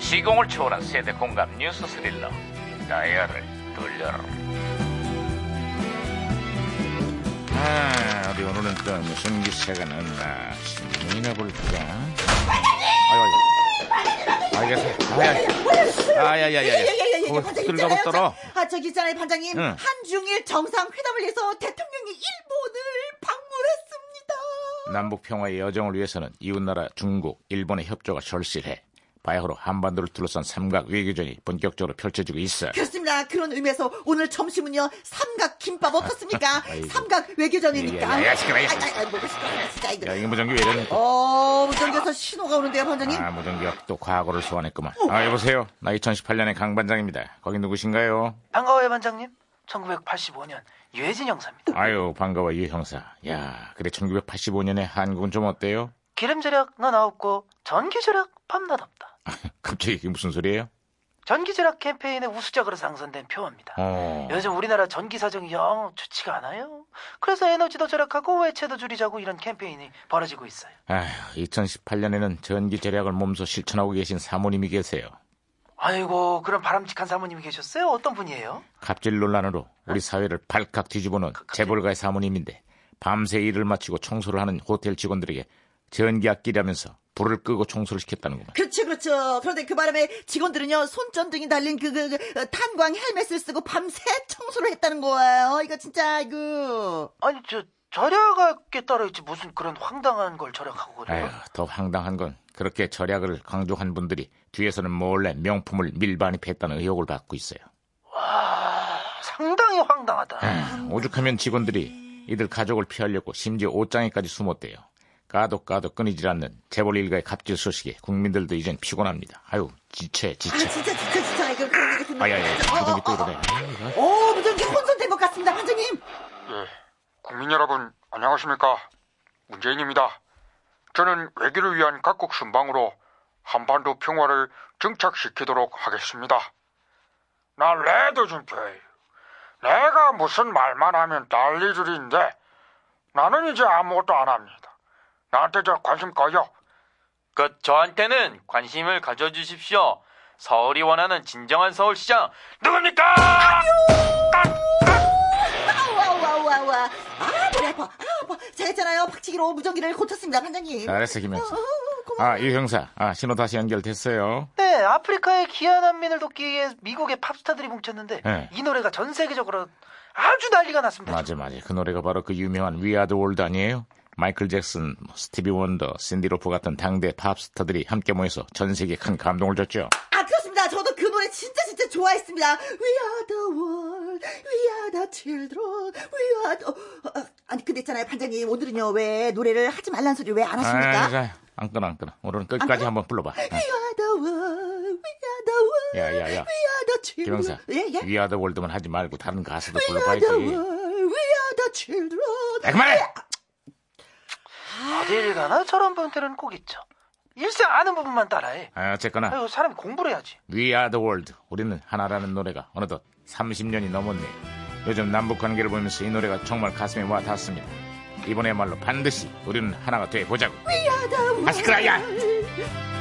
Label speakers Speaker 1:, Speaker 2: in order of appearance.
Speaker 1: 시공을 초월한 세대 공감 뉴스 스릴러 다이얼을 돌려라
Speaker 2: 아, 어디 오늘은 또 무슨 기사가 났나 신문이나 볼까? 반장님! 알겠어. 아야야야야.
Speaker 3: 예예예예
Speaker 2: 어,
Speaker 3: 반장님
Speaker 2: 쓸데없이
Speaker 3: 있잖아요.
Speaker 2: 떨어.
Speaker 3: 자, 아 저기 있잖아요 반장님
Speaker 2: 응.
Speaker 3: 한중일 정상회담을 위해서 대통령이 일본을 방문했습니다.
Speaker 2: 남북 평화의 여정을 위해서는 이웃 나라 중국, 일본의 협조가 절실해. 바야흐로 한반도를 둘러싼 삼각 외교전이 본격적으로 펼쳐지고 있어.
Speaker 3: 그렇습니다. 그런 의미에서 오늘 점심은요 삼각 김밥 어떻습니까?
Speaker 2: 아이고.
Speaker 3: 삼각 외교전이니까.
Speaker 2: 야, 야, 야, 시끄러워, 야.
Speaker 3: 아이, 아이, 아이, 뭐가 시끄러워, 진짜 이들.
Speaker 2: 야, 이 무전기 왜 이러니?
Speaker 3: 어 무전기에서 신호가 오는데요 반장님.
Speaker 2: 아, 무전기 또 과거를 소환했구만. 아, 여보세요. 나 2018년의 강 반장입니다. 거기 누구신가요?
Speaker 4: 반가워요 반장님. 1985년 유해진 형사입니다.
Speaker 2: 아유, 반가워, 유 형사. 야, 그래 1985년에 한국은 좀 어때요?
Speaker 4: 기름절약 넌 아홉고 전기절약 밤낮 없다.
Speaker 2: 갑자기 이게 무슨 소리예요?
Speaker 4: 전기절약 캠페인의 우수작으로 상선된 표어입니다.
Speaker 2: 어.
Speaker 4: 요즘 우리나라 전기 사정이 영 좋지가 않아요. 그래서 에너지도 절약하고 외채도 줄이자고 이런 캠페인이 벌어지고 있어요.
Speaker 2: 아휴, 2018년에는 전기 절약을 몸소 실천하고 계신 사모님이 계세요.
Speaker 4: 아이고 그런 바람직한 사모님이 계셨어요? 어떤 분이에요?
Speaker 2: 갑질 논란으로 우리 사회를 발칵 뒤집어놓은 재벌가의 사모님인데 밤새 일을 마치고 청소를 하는 호텔 직원들에게 전기 악기라면서 불을 끄고 청소를 시켰다는구만.
Speaker 3: 그렇죠, 그렇죠. 그런데 그 바람에 직원들은요 손전등이 달린 그, 그, 그, 어, 탄광 헬멧을 쓰고 밤새 청소를 했다는 거예요. 이거 진짜 이거.
Speaker 4: 아니 저 절약하게 따로 있지 무슨 그런 황당한 걸 절약하고
Speaker 2: 아휴,
Speaker 4: 그래요?
Speaker 2: 더 황당한 건 그렇게 절약을 강조한 분들이 뒤에서는 몰래 명품을 밀반입했다는 의혹을 받고 있어요.
Speaker 4: 상당히 황당하다.
Speaker 2: 아, 오죽하면 직원들이 이들 가족을 피하려고 심지어 옷장에까지 숨었대요. 까도 까도 끊이질 않는 재벌 일가의 갑질 소식에 국민들도 이젠 피곤합니다. 아유 지체
Speaker 3: 아
Speaker 2: 지체.
Speaker 3: 진짜 진짜 진짜 이거 그런 얘기 듣는
Speaker 2: 아야야
Speaker 3: 거 진짜.
Speaker 2: 무전기 또
Speaker 3: 어, 어, 어.
Speaker 2: 이러네. 아, 이거.
Speaker 3: 오, 무전기 혼선된 것 같습니다, 반장님.
Speaker 5: 예, 국민 여러분 안녕하십니까 문재인입니다. 저는 외교를 위한 각국 순방으로 한반도 평화를 정착시키도록 하겠습니다. 나 레드 준표예요. 내가 무슨 말만 하면 난리들인데 나는 이제 아무것도 안 합니다. 나한테 저 관심 꺼요.
Speaker 6: 그 저한테는 관심을 가져주십시오. 서울이 원하는 진정한 서울시장 누굽니까?
Speaker 3: 아우, 아우, 아우, 아우. 아, 머리 아파. 아, 아파. 잘했잖아요. 박치기로 무전기를 고쳤습니다, 반장님.
Speaker 2: 잘했어, 김 형사.
Speaker 3: 어, 어, 어, 고마워.
Speaker 2: 아, 유 형사. 아, 신호 다시 연결됐어요.
Speaker 4: 네, 아프리카의 기아 난민을 돕기 위해 미국의 팝스타들이 뭉쳤는데
Speaker 2: 네.
Speaker 4: 이 노래가 전 세계적으로 아주 난리가 났습니다.
Speaker 2: 맞아, 맞아. 그 노래가 바로 그 유명한 위아드 월드 아니에요? 마이클 잭슨, 뭐 스티비 원더, 신디 로프 같은 당대 팝스타들이 함께 모여서 전 세계에 큰 감동을 줬죠.
Speaker 3: 아, 그렇습니다. 저도 그 노래 진짜 진짜 좋아했습니다. We are the world, we are the children, we are the... 어, 어, 아니, 근데 있잖아요, 반장님. 오늘은요, 왜 노래를 하지 말라는 소리 왜 안 하십니까?
Speaker 2: 아, 자, 안 끊어, 안 끊어. 오늘은 끝까지 한번 불러봐. 아,
Speaker 3: We are the world, we are the world,
Speaker 2: 야, 야, 야.
Speaker 3: we are the
Speaker 2: 김 형사.
Speaker 3: children. 예, 예.
Speaker 2: 위아드 월드만 하지 말고 다른 가수도
Speaker 3: We are
Speaker 2: 불러봐야지.
Speaker 3: the world, 예. we are the children.
Speaker 2: 야, 그만해!
Speaker 4: 어딜 가나 저런 분들은 꼭 있죠. 일생 아는 부분만 따라해.
Speaker 2: 아, 어쨌거나,
Speaker 4: 아유, 사람이 공부를 해야지.
Speaker 2: 위아드 월드. 우리는 하나라는 노래가 어느덧 30년이 넘었네요. 요즘 남북 관계를 보면서 이 노래가 정말 가슴에 와 닿습니다. 이번에말로 반드시 우리는 하나가 돼 보자고.
Speaker 3: We are the world.
Speaker 2: 아, 시끄러워, 야.
Speaker 3: We